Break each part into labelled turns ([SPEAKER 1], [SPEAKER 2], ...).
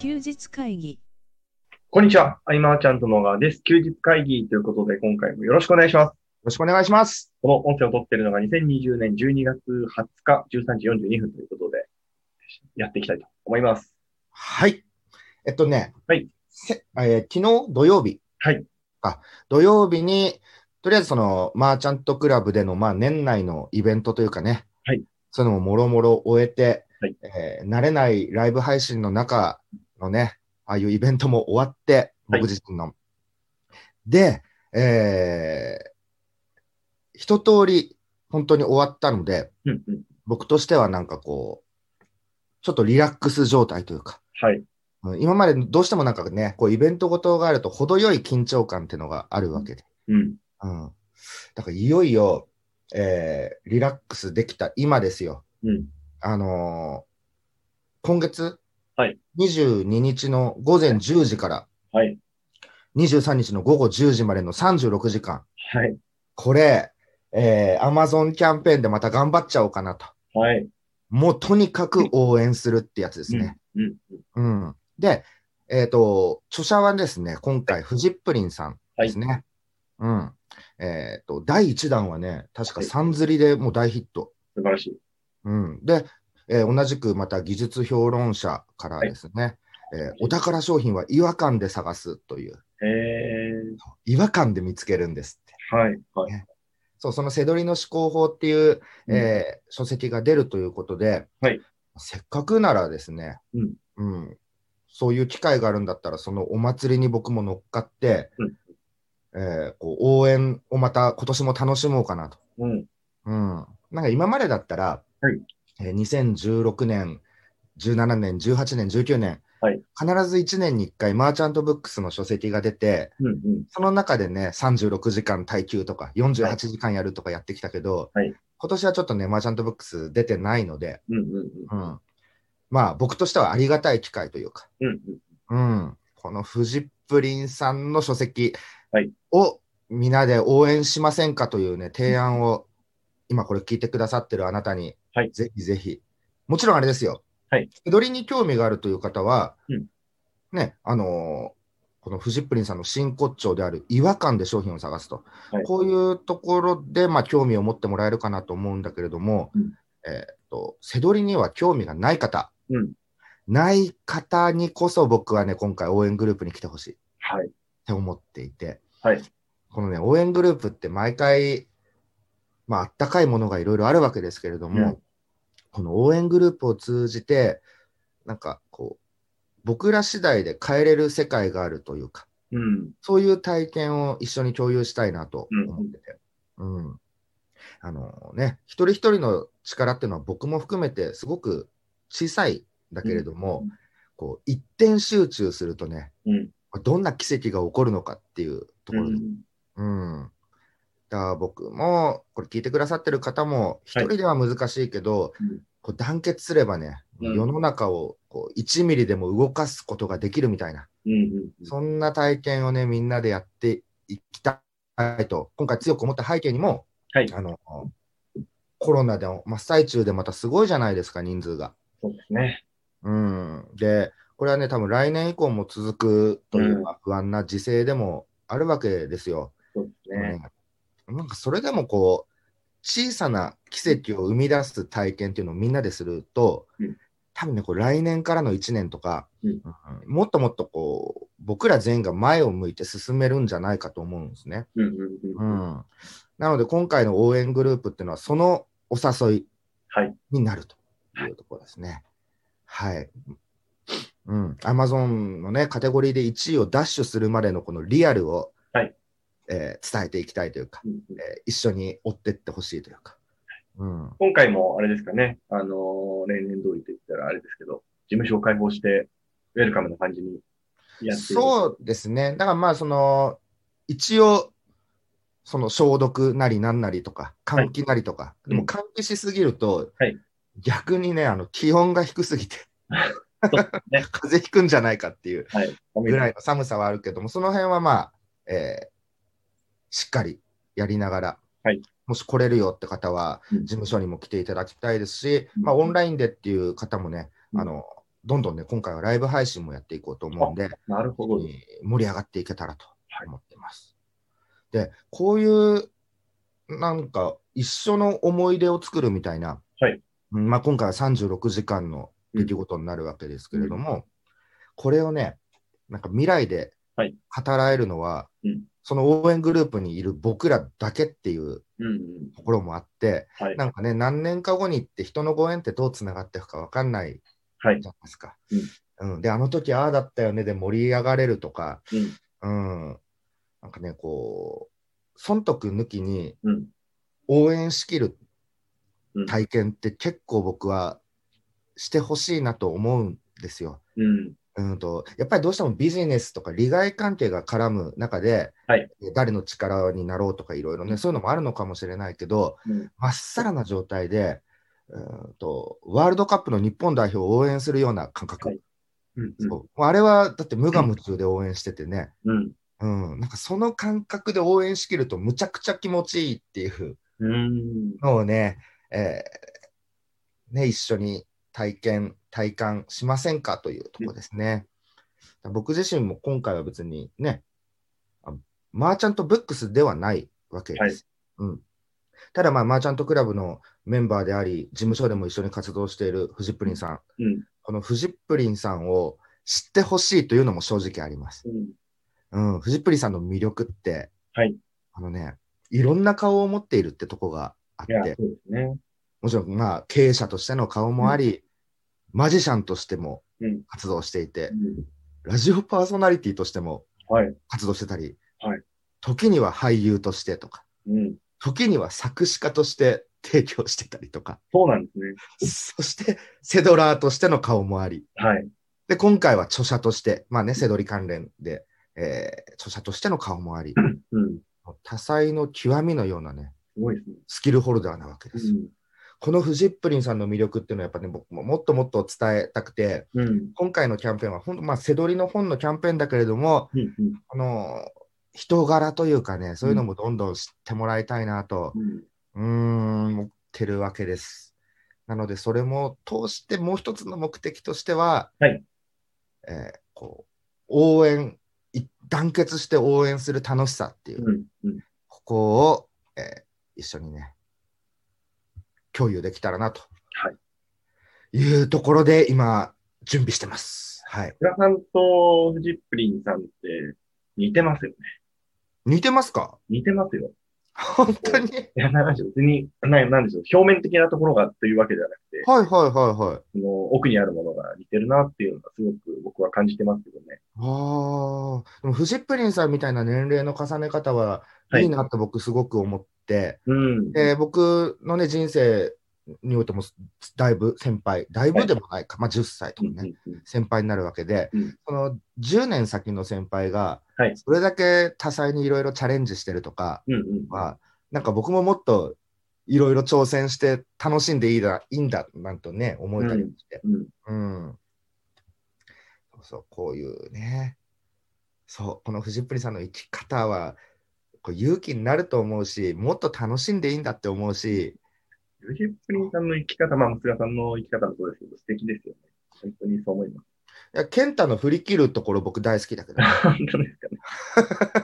[SPEAKER 1] 休日会議。
[SPEAKER 2] こんにちは。アイマーちゃんと野川です。休日会議ということで、今回もよろしくお願いします。
[SPEAKER 3] ろしくお願いします。
[SPEAKER 2] この音声を撮っているのが2020年12月20日13時42分ということで、やっていきたいと思います。
[SPEAKER 3] はい。えっとね、
[SPEAKER 2] はい
[SPEAKER 3] せえー昨日土曜日
[SPEAKER 2] はい。
[SPEAKER 3] か、土曜日に、とりあえずその、マーチャントクラブでの、まあ、年内のイベントというかね、
[SPEAKER 2] はい、
[SPEAKER 3] そういうのももろもろ終えて、
[SPEAKER 2] はい
[SPEAKER 3] えー慣れないライブ配信の中のね、ああいうイベントも終わって、
[SPEAKER 2] はい
[SPEAKER 3] 僕自身の。で、えー一通り本当に終わったので、
[SPEAKER 2] うんうん。
[SPEAKER 3] 僕としてはなんかこう、ちょっとリラックス状態というか、
[SPEAKER 2] はい。
[SPEAKER 3] うん今までどうしてもなんかね、こうイベントごとがあると程よい緊張感っていうのがあるわけで。
[SPEAKER 2] うん。
[SPEAKER 3] うん。だからいよいよ、えーリラックスできた今ですよ。
[SPEAKER 2] うん。
[SPEAKER 3] あのー今月、
[SPEAKER 2] はい
[SPEAKER 3] 22日の午前10時から
[SPEAKER 2] はい。
[SPEAKER 3] 23日の午後10時までの36時間。
[SPEAKER 2] はい。
[SPEAKER 3] これ、えー、Amazon キャンペーンでまた頑張っちゃおうかなと。
[SPEAKER 2] はい。
[SPEAKER 3] もうとにかく応援するってやつですね。
[SPEAKER 2] うん。うん。
[SPEAKER 3] うん。で、えっ、と、著者はですね、今回、フジップリンさんですね。うん。えっ、と、第1弾はね、確かさんずりでもう大ヒット。
[SPEAKER 2] 素晴らしい。
[SPEAKER 3] うん。で、えー同じくまた技術評論者からですね、えーお宝商品は違和感で探すという、
[SPEAKER 2] えー。
[SPEAKER 3] 違和感で見つけるんですって。
[SPEAKER 2] はい。はい。
[SPEAKER 3] そう、そのセドリの思考法っていう、
[SPEAKER 2] うん
[SPEAKER 3] えー書籍が出るということで、
[SPEAKER 2] はい
[SPEAKER 3] せっかくならですね、
[SPEAKER 2] うん
[SPEAKER 3] うんそういう機会があるんだったら、そのお祭りに僕も乗っかって、
[SPEAKER 2] うん
[SPEAKER 3] えーこう応援をまた今年も楽しもうかなと。
[SPEAKER 2] うん。
[SPEAKER 3] うん、なんか今までだったら、
[SPEAKER 2] はい
[SPEAKER 3] えー2016年、17年、18年、19年、
[SPEAKER 2] はい
[SPEAKER 3] 必ず1年に1回、マーチャントブックスの書籍が出て、
[SPEAKER 2] うん。うん。
[SPEAKER 3] その中でね、36時間耐久とか、48時間やるとかやってきたけど、
[SPEAKER 2] はい
[SPEAKER 3] 今年はちょっとね、マーチャントブックス出てないので、
[SPEAKER 2] うん。うん。
[SPEAKER 3] うん、まあ、僕としてはありがたい機会というか、
[SPEAKER 2] うん。うん。
[SPEAKER 3] うん、このフジップリンさんの書籍
[SPEAKER 2] はい
[SPEAKER 3] をみんなで応援しませんかというね、提案を、今これ聞いてくださってるあなたに、
[SPEAKER 2] はい
[SPEAKER 3] ぜひぜひ、もちろんあれですよ、
[SPEAKER 2] はい、
[SPEAKER 3] 手取りに興味があるという方は、
[SPEAKER 2] うん
[SPEAKER 3] ね、あのーこのフジップリンさんの真骨頂である違和感で商品を探すと、
[SPEAKER 2] はい
[SPEAKER 3] こういうところで、まあ、興味を持ってもらえるかなと思うんだけれども、
[SPEAKER 2] うん
[SPEAKER 3] えーっと、背取りには興味がない方、
[SPEAKER 2] うん
[SPEAKER 3] ない方にこそ僕はね、今回応援グループに来てほしいっ
[SPEAKER 2] はい。
[SPEAKER 3] て思っていて、
[SPEAKER 2] はい
[SPEAKER 3] このね、応援グループって毎回、まあ、あったかいものがいろいろあるわけですけれども、
[SPEAKER 2] うん
[SPEAKER 3] この応援グループを通じて、なんかこう、僕ら次第で変えれる世界があるというか、
[SPEAKER 2] うん。
[SPEAKER 3] そういう体験を一緒に共有したいなと思ってて。うん。あのね、一人一人の力っていうのは僕も含めてすごく小さいんだけれども、
[SPEAKER 2] うん
[SPEAKER 3] こう一点集中するとね、
[SPEAKER 2] うん。
[SPEAKER 3] どんな奇跡が起こるのかっていうところで、うん。だから僕も、これ聞いてくださってる方も、一
[SPEAKER 2] はい
[SPEAKER 3] 人では難しいけど、
[SPEAKER 2] うん
[SPEAKER 3] こう団結すればね、
[SPEAKER 2] うん
[SPEAKER 3] 世の中をこう1ミリでも動かすことができるみたいな、
[SPEAKER 2] うん。うん。
[SPEAKER 3] そんな体験をね、みんなでやっていきたいと、今回強く思った背景にも、
[SPEAKER 2] はい
[SPEAKER 3] あのコロナで真っ最中でまたすごいじゃないですか、人数が。
[SPEAKER 2] そうですね。
[SPEAKER 3] うん、で、これはね、多分来年以降も続くという
[SPEAKER 2] うん
[SPEAKER 3] まあ不安な時勢でもあるわけですよ。
[SPEAKER 2] そうですね。
[SPEAKER 3] うんなんかそれでもこう、小さな奇跡を生み出す体験っていうのをみんなですると、
[SPEAKER 2] うん
[SPEAKER 3] 多分ね、こう来年からの1年とか、
[SPEAKER 2] うん
[SPEAKER 3] うんもっともっとこう、僕ら全員が前を向いて進めるんじゃないかと思うんですね。
[SPEAKER 2] うん。うん。
[SPEAKER 3] う
[SPEAKER 2] うん。
[SPEAKER 3] んなので、今回の応援グループっていうのは、そのお誘い
[SPEAKER 2] はい。
[SPEAKER 3] になるというところですね。はい。うん。アマゾンのね、カテゴリーで1位をダッシュするまでのこのリアルを、
[SPEAKER 2] はい
[SPEAKER 3] えー伝えていきたいというか、
[SPEAKER 2] うんうん
[SPEAKER 3] えー一緒に追ってってほしいというか。うん。
[SPEAKER 2] 今回もあれですかね、あのー例年通りと言ったらあれですけど、事務所を開放して、ウェルカムな感じにやっている
[SPEAKER 3] そうですね。だからまあ、その、一応、その消毒なりなんなりとか、
[SPEAKER 2] はい
[SPEAKER 3] 換気なりとか、で
[SPEAKER 2] う
[SPEAKER 3] も
[SPEAKER 2] ん
[SPEAKER 3] 換気しすぎると、
[SPEAKER 2] はい
[SPEAKER 3] 逆にね、あの、気温が低 すぎて、
[SPEAKER 2] ね
[SPEAKER 3] 風邪ひくんじゃないかっていう
[SPEAKER 2] はい。
[SPEAKER 3] ぐらいの寒さはあるけども、その辺はまあ、えーしっかりやりながら、
[SPEAKER 2] はい
[SPEAKER 3] もし来れるよって方は、
[SPEAKER 2] うん
[SPEAKER 3] 事務所にも来ていただきたいですし、
[SPEAKER 2] うん
[SPEAKER 3] まあ、オンラインでっていう方もね、
[SPEAKER 2] うん
[SPEAKER 3] あのどんどんね、今回はライブ配信もやっていこうと思うんで、
[SPEAKER 2] なるほ
[SPEAKER 3] え
[SPEAKER 2] ど。
[SPEAKER 3] ー盛り上がっていけたらと思ってます。で、こういう、なんか、一緒の思い出を作るみたいな、
[SPEAKER 2] はい
[SPEAKER 3] うんまあ、今回は36時間の出来事になるわけですけれども、これをね、なんか未来で
[SPEAKER 2] はい
[SPEAKER 3] 語らえるのは、
[SPEAKER 2] うん
[SPEAKER 3] その応援グループにいる僕らだけっていう
[SPEAKER 2] うんうん。
[SPEAKER 3] ところもあって、
[SPEAKER 2] はい。
[SPEAKER 3] なんかね、何年か後にって人のご縁ってどうつながっていくか分かんない
[SPEAKER 2] はい。
[SPEAKER 3] じゃないですか。うんで、あの時ああだったよねで盛り上がれるとか、うん、なんかね、こう、損得抜きに
[SPEAKER 2] うん。うん。
[SPEAKER 3] 応援しきる
[SPEAKER 2] うん
[SPEAKER 3] 体験って結構僕はしてほしいなと思うんですよ。
[SPEAKER 2] うん。
[SPEAKER 3] うんとやっぱりどうしてもビジネスとか利害関係が絡む中で、
[SPEAKER 2] はい
[SPEAKER 3] 誰の力になろうとかいろいろね、そういうのもあるのかもしれないけど、
[SPEAKER 2] うん
[SPEAKER 3] まっさらな状態で、うんとワールドカップの日本代表を応援するような感覚、
[SPEAKER 2] はいうん。
[SPEAKER 3] そうもうあれはだって無我夢中で応援しててね、
[SPEAKER 2] うん。
[SPEAKER 3] うん、なんかその感覚で応援しきるとむちゃくちゃ気持ちいいっていう
[SPEAKER 2] うん。
[SPEAKER 3] のをね、えーね一緒に体験、体感しませんかというところですね。僕自身も今回は別にね、あマーチャントブックスではないわけです。うん、ただ、まあ、マーチャントクラブのメンバーであり、事務所でも一緒に活動しているフジップリンさん、
[SPEAKER 2] うん。
[SPEAKER 3] このフジップリンさんを知ってほしいというのも正直あります。
[SPEAKER 2] うん。
[SPEAKER 3] うん、フジップリンさんの魅力って、
[SPEAKER 2] はい
[SPEAKER 3] あのね、いろんな顔を持っているってとこがあっ
[SPEAKER 2] いや、
[SPEAKER 3] て、
[SPEAKER 2] そうですね。
[SPEAKER 3] もちろん、まあ、経営者としての顔もあり、マジシャンとしても
[SPEAKER 2] うん。
[SPEAKER 3] 活動していて、
[SPEAKER 2] うん
[SPEAKER 3] ラジオパーソナリティとしても
[SPEAKER 2] はい。
[SPEAKER 3] 活動してたり、
[SPEAKER 2] はい
[SPEAKER 3] 時には俳優としてとか、
[SPEAKER 2] うん。
[SPEAKER 3] 時には作詞家として提供してたりとか、
[SPEAKER 2] そうなんですね。
[SPEAKER 3] そしてセドラーとしての顔もあり、
[SPEAKER 2] はい。
[SPEAKER 3] で、今回は著者として、まあね、セドリ関連で、えー著者としての顔もあり、
[SPEAKER 2] うん。
[SPEAKER 3] 多彩の極みのようなね、
[SPEAKER 2] すごいですね。
[SPEAKER 3] スキルホルダーなわけですよ。このフジップリンさんの魅力っていうのはやっぱね、僕ももっともっと伝えたくて、
[SPEAKER 2] うん。うん。
[SPEAKER 3] 今回のキャンペーンは、本当まあ、セドリの本のキャンペーンだけれども、
[SPEAKER 2] うん。うん
[SPEAKER 3] あの、人柄というかね、そういうのもどんどん知ってもらいたいなと、
[SPEAKER 2] うん。
[SPEAKER 3] うーん、思ってるわけです。なので、それも通して、もう一つの目的としては、
[SPEAKER 2] はい
[SPEAKER 3] えーこう、応援、い団結して応援する楽しさっていう、
[SPEAKER 2] うん。うん。
[SPEAKER 3] ここを、えー一緒にね、共有できたらなと、、
[SPEAKER 2] はい
[SPEAKER 3] うところで今、準備してます。はい、
[SPEAKER 2] 倉さんとフジップリンさんって似てますよね。
[SPEAKER 3] 似てますか
[SPEAKER 2] 似てますよ。
[SPEAKER 3] 本当に
[SPEAKER 2] いや、なんでしょう。別に、ななんでしょう。表面的なところがというわけではなくて、
[SPEAKER 3] はいはいはいはい。
[SPEAKER 2] その奥にあるものが似てるなっていうのがすごく僕は感じてますけどね。
[SPEAKER 3] ああ、でもフジップリンさんみたいな年齢の重ね方は
[SPEAKER 2] はい
[SPEAKER 3] いいなって僕すごく思って、
[SPEAKER 2] うん。
[SPEAKER 3] で僕のね人生においてもだいぶ先輩、だいぶでもないか、まあ10歳と
[SPEAKER 2] う
[SPEAKER 3] か
[SPEAKER 2] ん
[SPEAKER 3] ね、
[SPEAKER 2] うんうん
[SPEAKER 3] 先輩になるわけで、
[SPEAKER 2] うん
[SPEAKER 3] その10年先の先輩が
[SPEAKER 2] はい
[SPEAKER 3] それだけ多彩にいろいろチャレンジしてるとか
[SPEAKER 2] うんうん。
[SPEAKER 3] は、なんか僕ももっといろいろ挑戦して楽しんでいいだいいんだなんとね思えたりして。
[SPEAKER 2] うん。
[SPEAKER 3] うん。そうそう、こういうね。そう、この藤プリさんの生き方は、こう勇気になると思うし、もっと楽しんでいいんだって思うし、
[SPEAKER 2] フジップリンさんの生き方、まあ、松田さんの生き方もそうですけど、素敵ですよね。本当にそう思います。
[SPEAKER 3] いや、健太の振り切るところ僕大好きだけど、
[SPEAKER 2] 本当ですかね。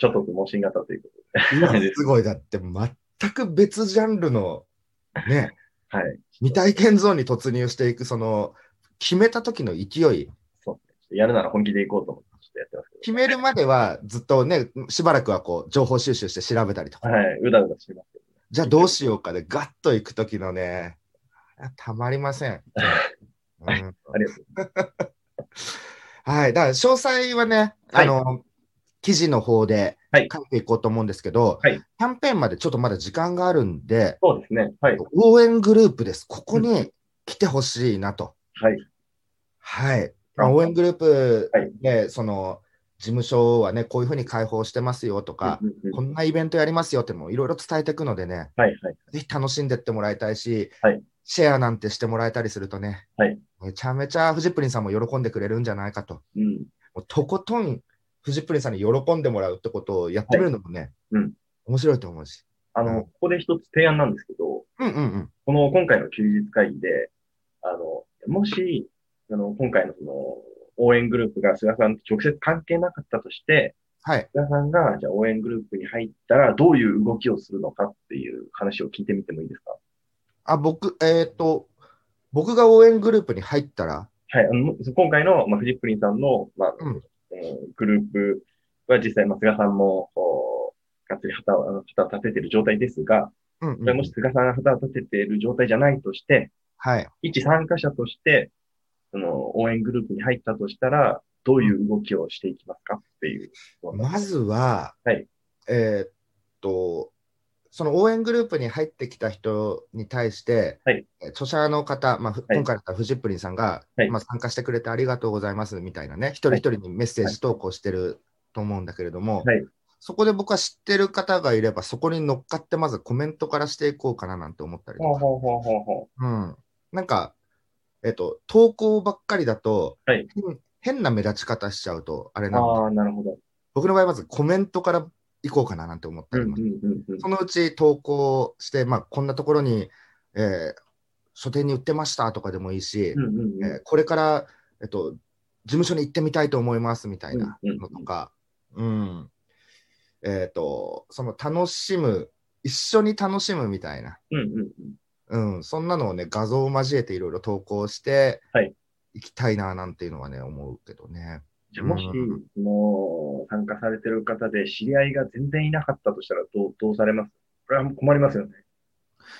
[SPEAKER 2] ちょっと無心型というこ
[SPEAKER 3] 今のすごいだって全く別ジャンルの、ね、
[SPEAKER 2] とで。はい。
[SPEAKER 3] 未体験ゾーンに突入していく、その、決めた時の勢い、
[SPEAKER 2] そうですね。やるなら本気でいこうと思って、ちょっとやってますけ
[SPEAKER 3] 決めるまではずっとね、しばらくはこう、情報収集して調べたりとか
[SPEAKER 2] ど。、はい。うだうだしてますけど。
[SPEAKER 3] じゃあどうしようかで、ガッと行くときのね、あたまりません。うん
[SPEAKER 2] ありがとう
[SPEAKER 3] はい、だから詳細はね、
[SPEAKER 2] はい
[SPEAKER 3] あの記事の方で
[SPEAKER 2] はい
[SPEAKER 3] 書いていこうと思うんですけど、
[SPEAKER 2] はい
[SPEAKER 3] キャンペーンまでちょっとまだ時間があるんで、
[SPEAKER 2] そうですね。はい。
[SPEAKER 3] 応援グループです、ここに来てほしいなと。
[SPEAKER 2] はい。
[SPEAKER 3] はい、まあ応援グループ
[SPEAKER 2] はい
[SPEAKER 3] で、その事務所はね、こういうふうに開放してますよとか、
[SPEAKER 2] うんうんうん
[SPEAKER 3] こんなイベントやりますよってもいろいろ伝えていくのでね、
[SPEAKER 2] はいはい。
[SPEAKER 3] ぜひ楽しんでってもらいたいし、
[SPEAKER 2] はい
[SPEAKER 3] シェアなんてしてもらえたりするとね、
[SPEAKER 2] はい
[SPEAKER 3] めちゃめちゃフジプリンさんも喜んでくれるんじゃないかと、
[SPEAKER 2] うん。
[SPEAKER 3] もうとことんフジプリンさんに喜んでもらうってことをやってみるのもね、
[SPEAKER 2] うん
[SPEAKER 3] 面白いと思うし。
[SPEAKER 2] あ
[SPEAKER 3] うん
[SPEAKER 2] の、ここで一つ提案なんですけど、
[SPEAKER 3] うんうんうん。
[SPEAKER 2] この今回の休日会議で、あの、もし、あの、今回のその、応援グループが菅さんと直接関係なかったとして、
[SPEAKER 3] はい。
[SPEAKER 2] 菅さんが、じゃあ応援グループに入ったら、どういう動きをするのかっていう話を聞いてみてもいいですか
[SPEAKER 3] あ、僕、えっ、と、僕が応援グループに入ったら、
[SPEAKER 2] はい、あの今回の、まあ、フジップリンさんの、まあ
[SPEAKER 3] うん
[SPEAKER 2] えーグループは実際、まあ、菅さんも、こうがっつり旗をあの旗を立ててる状態ですが、
[SPEAKER 3] うん
[SPEAKER 2] それもし菅さんが旗を立ててる状態じゃないとして、
[SPEAKER 3] はい。
[SPEAKER 2] 一参加者として、その応援グループに入ったとしたら、どういう動きをしていきますかっていう。
[SPEAKER 3] まずは、
[SPEAKER 2] はい
[SPEAKER 3] えーっと、その応援グループに入ってきた人に対して、
[SPEAKER 2] はい
[SPEAKER 3] え著者の方、まあ、ふ
[SPEAKER 2] はい
[SPEAKER 3] 今回だったらフジップリンさんが、
[SPEAKER 2] はい
[SPEAKER 3] まあ、参加してくれてありがとうございますみたいなね、一人一人にメッセージ投稿してると思うんだけれども、
[SPEAKER 2] はい
[SPEAKER 3] そこで僕は知ってる方がいれば、そこに乗っかってまずコメントからしていこうかななんて思ったりと
[SPEAKER 2] ほう
[SPEAKER 3] か、
[SPEAKER 2] ほうほうほうほ
[SPEAKER 3] うん、なんか、えーっと、投稿ばっかりだと、
[SPEAKER 2] はい
[SPEAKER 3] 変変な目立ち方しちゃうと、あれ
[SPEAKER 2] う。
[SPEAKER 3] なので。
[SPEAKER 2] ああ、なるほど。
[SPEAKER 3] 僕の場合、まずコメントから行こうかななんて思った
[SPEAKER 2] うん
[SPEAKER 3] り
[SPEAKER 2] う
[SPEAKER 3] も、
[SPEAKER 2] んうんうん。
[SPEAKER 3] そのうち投稿して、まあ、こんなところに、えー書店に売ってましたとかでもいいし、
[SPEAKER 2] うんうんうん
[SPEAKER 3] えーこれから、えっと、事務所に行ってみたいと思いますみたいなのとか、うんえっとその楽しむ、一緒に楽しむみたいな、
[SPEAKER 2] うんうんうん。
[SPEAKER 3] うん、そんなのをね、画像を交えていろいろ投稿して、
[SPEAKER 2] はい
[SPEAKER 3] 行きたいななんていうのはね、思うけどね。
[SPEAKER 2] じゃあもし、もう、参加されてる方で知り合いが全然いなかったとしたら、どう、どうされますこれは困りますよね。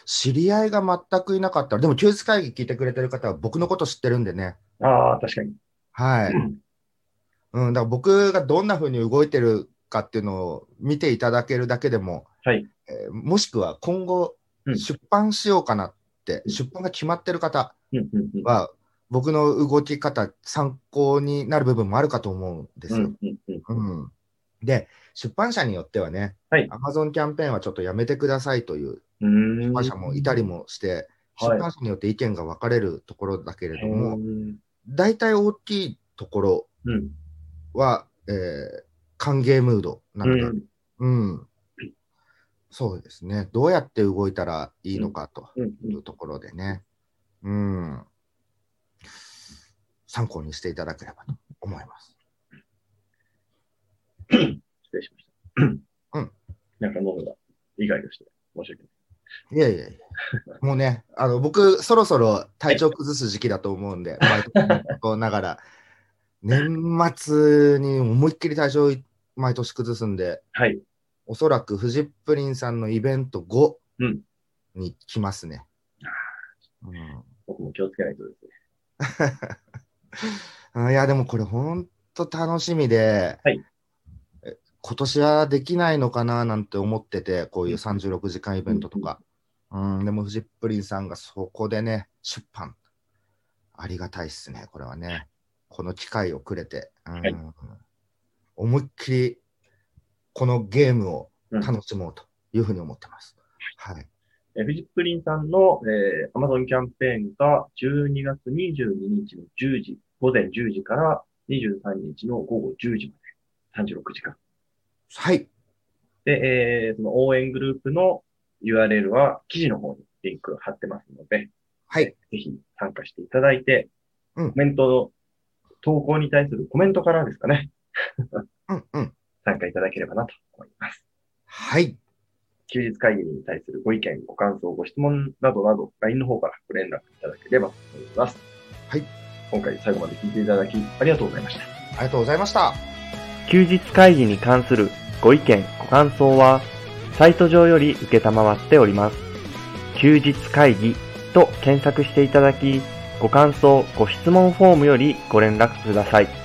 [SPEAKER 3] 知り合いが全くいなかったら、でも休日会議聞いてくれてる方は僕のこと知ってるんでね、
[SPEAKER 2] ああ、確かに。
[SPEAKER 3] はい。
[SPEAKER 2] うん
[SPEAKER 3] うん、だから僕がどんな風に動いてるかっていうのを見ていただけるだけでも、
[SPEAKER 2] はい
[SPEAKER 3] えーもしくは今後
[SPEAKER 2] うん
[SPEAKER 3] 出版しようかなって、
[SPEAKER 2] うん
[SPEAKER 3] 出版が決まってる方
[SPEAKER 2] うんうんうん。
[SPEAKER 3] は、僕の動き方、参考になる部分もあるかと思うんです
[SPEAKER 2] う
[SPEAKER 3] よ。
[SPEAKER 2] んうんうん。
[SPEAKER 3] うんで、出版社によってはね、
[SPEAKER 2] はい
[SPEAKER 3] アマゾンキャンペーンはちょっとやめてくださいという
[SPEAKER 2] うーん
[SPEAKER 3] 出版社もいたりもして、
[SPEAKER 2] うん
[SPEAKER 3] 出
[SPEAKER 2] はい
[SPEAKER 3] 版社によって意見が分かれるところだけれども、
[SPEAKER 2] うん
[SPEAKER 3] 大体大きいところ
[SPEAKER 2] うん。
[SPEAKER 3] は、えー歓迎ムードなので、
[SPEAKER 2] うん
[SPEAKER 3] うんそうですね、どうやって動いたらいいのかと
[SPEAKER 2] うん
[SPEAKER 3] いうところでね、うん、参考にしていただければと思います。
[SPEAKER 2] 失礼しました。
[SPEAKER 3] うん。
[SPEAKER 2] なんか喉が意外として、申し訳ない。
[SPEAKER 3] いやいやいや、もうね、あの僕、そろそろ体調崩す時期だと思うんで、バイトをな がら、年末に思いっきり体調毎年崩すんで、
[SPEAKER 2] はい。
[SPEAKER 3] おそらくフジップリンさんのイベント後
[SPEAKER 2] うん
[SPEAKER 3] に来ますね。うん
[SPEAKER 2] 僕も気をつけないとですね。
[SPEAKER 3] あいや、でもこれ本当楽しみで、
[SPEAKER 2] はい
[SPEAKER 3] え今年はできないのかななんて思ってて、こういう36時間イベントとか。うん、でもフジップリンさんがそこでね、出版。ありがたいっすね、これはね。この機会をくれて。うん
[SPEAKER 2] はい
[SPEAKER 3] 思いっきりこのゲームを
[SPEAKER 2] うん
[SPEAKER 3] 楽しもうというふうに思ってます。はい。
[SPEAKER 2] えーフジップリンさんの、えー、Amazon キャンペーンが12月22日の10時、午前10時から23日の午後10時まで、36時間。
[SPEAKER 3] はい。
[SPEAKER 2] で、えーその応援グループの URL は記事の方にリンク貼ってますので、
[SPEAKER 3] はい。
[SPEAKER 2] ぜひ参加していただいて、
[SPEAKER 3] うん
[SPEAKER 2] コメントの投稿に対するコメントからですかね、
[SPEAKER 3] うんうん。
[SPEAKER 2] 参加いただければなと思います。
[SPEAKER 3] はい。
[SPEAKER 2] 休日会議に対するご意見、ご感想、ご質問などなど、LINE の方からご連絡いただければと思います。
[SPEAKER 3] はい。
[SPEAKER 2] 今回最後まで聞いていただき、ありがとうございました。
[SPEAKER 3] ありがとうございました。
[SPEAKER 1] 休日会議に関するご意見、ご感想は、サイト上より受けたまわっております。休日会議と検索していただき、ご感想、ご質問フォームよりご連絡ください。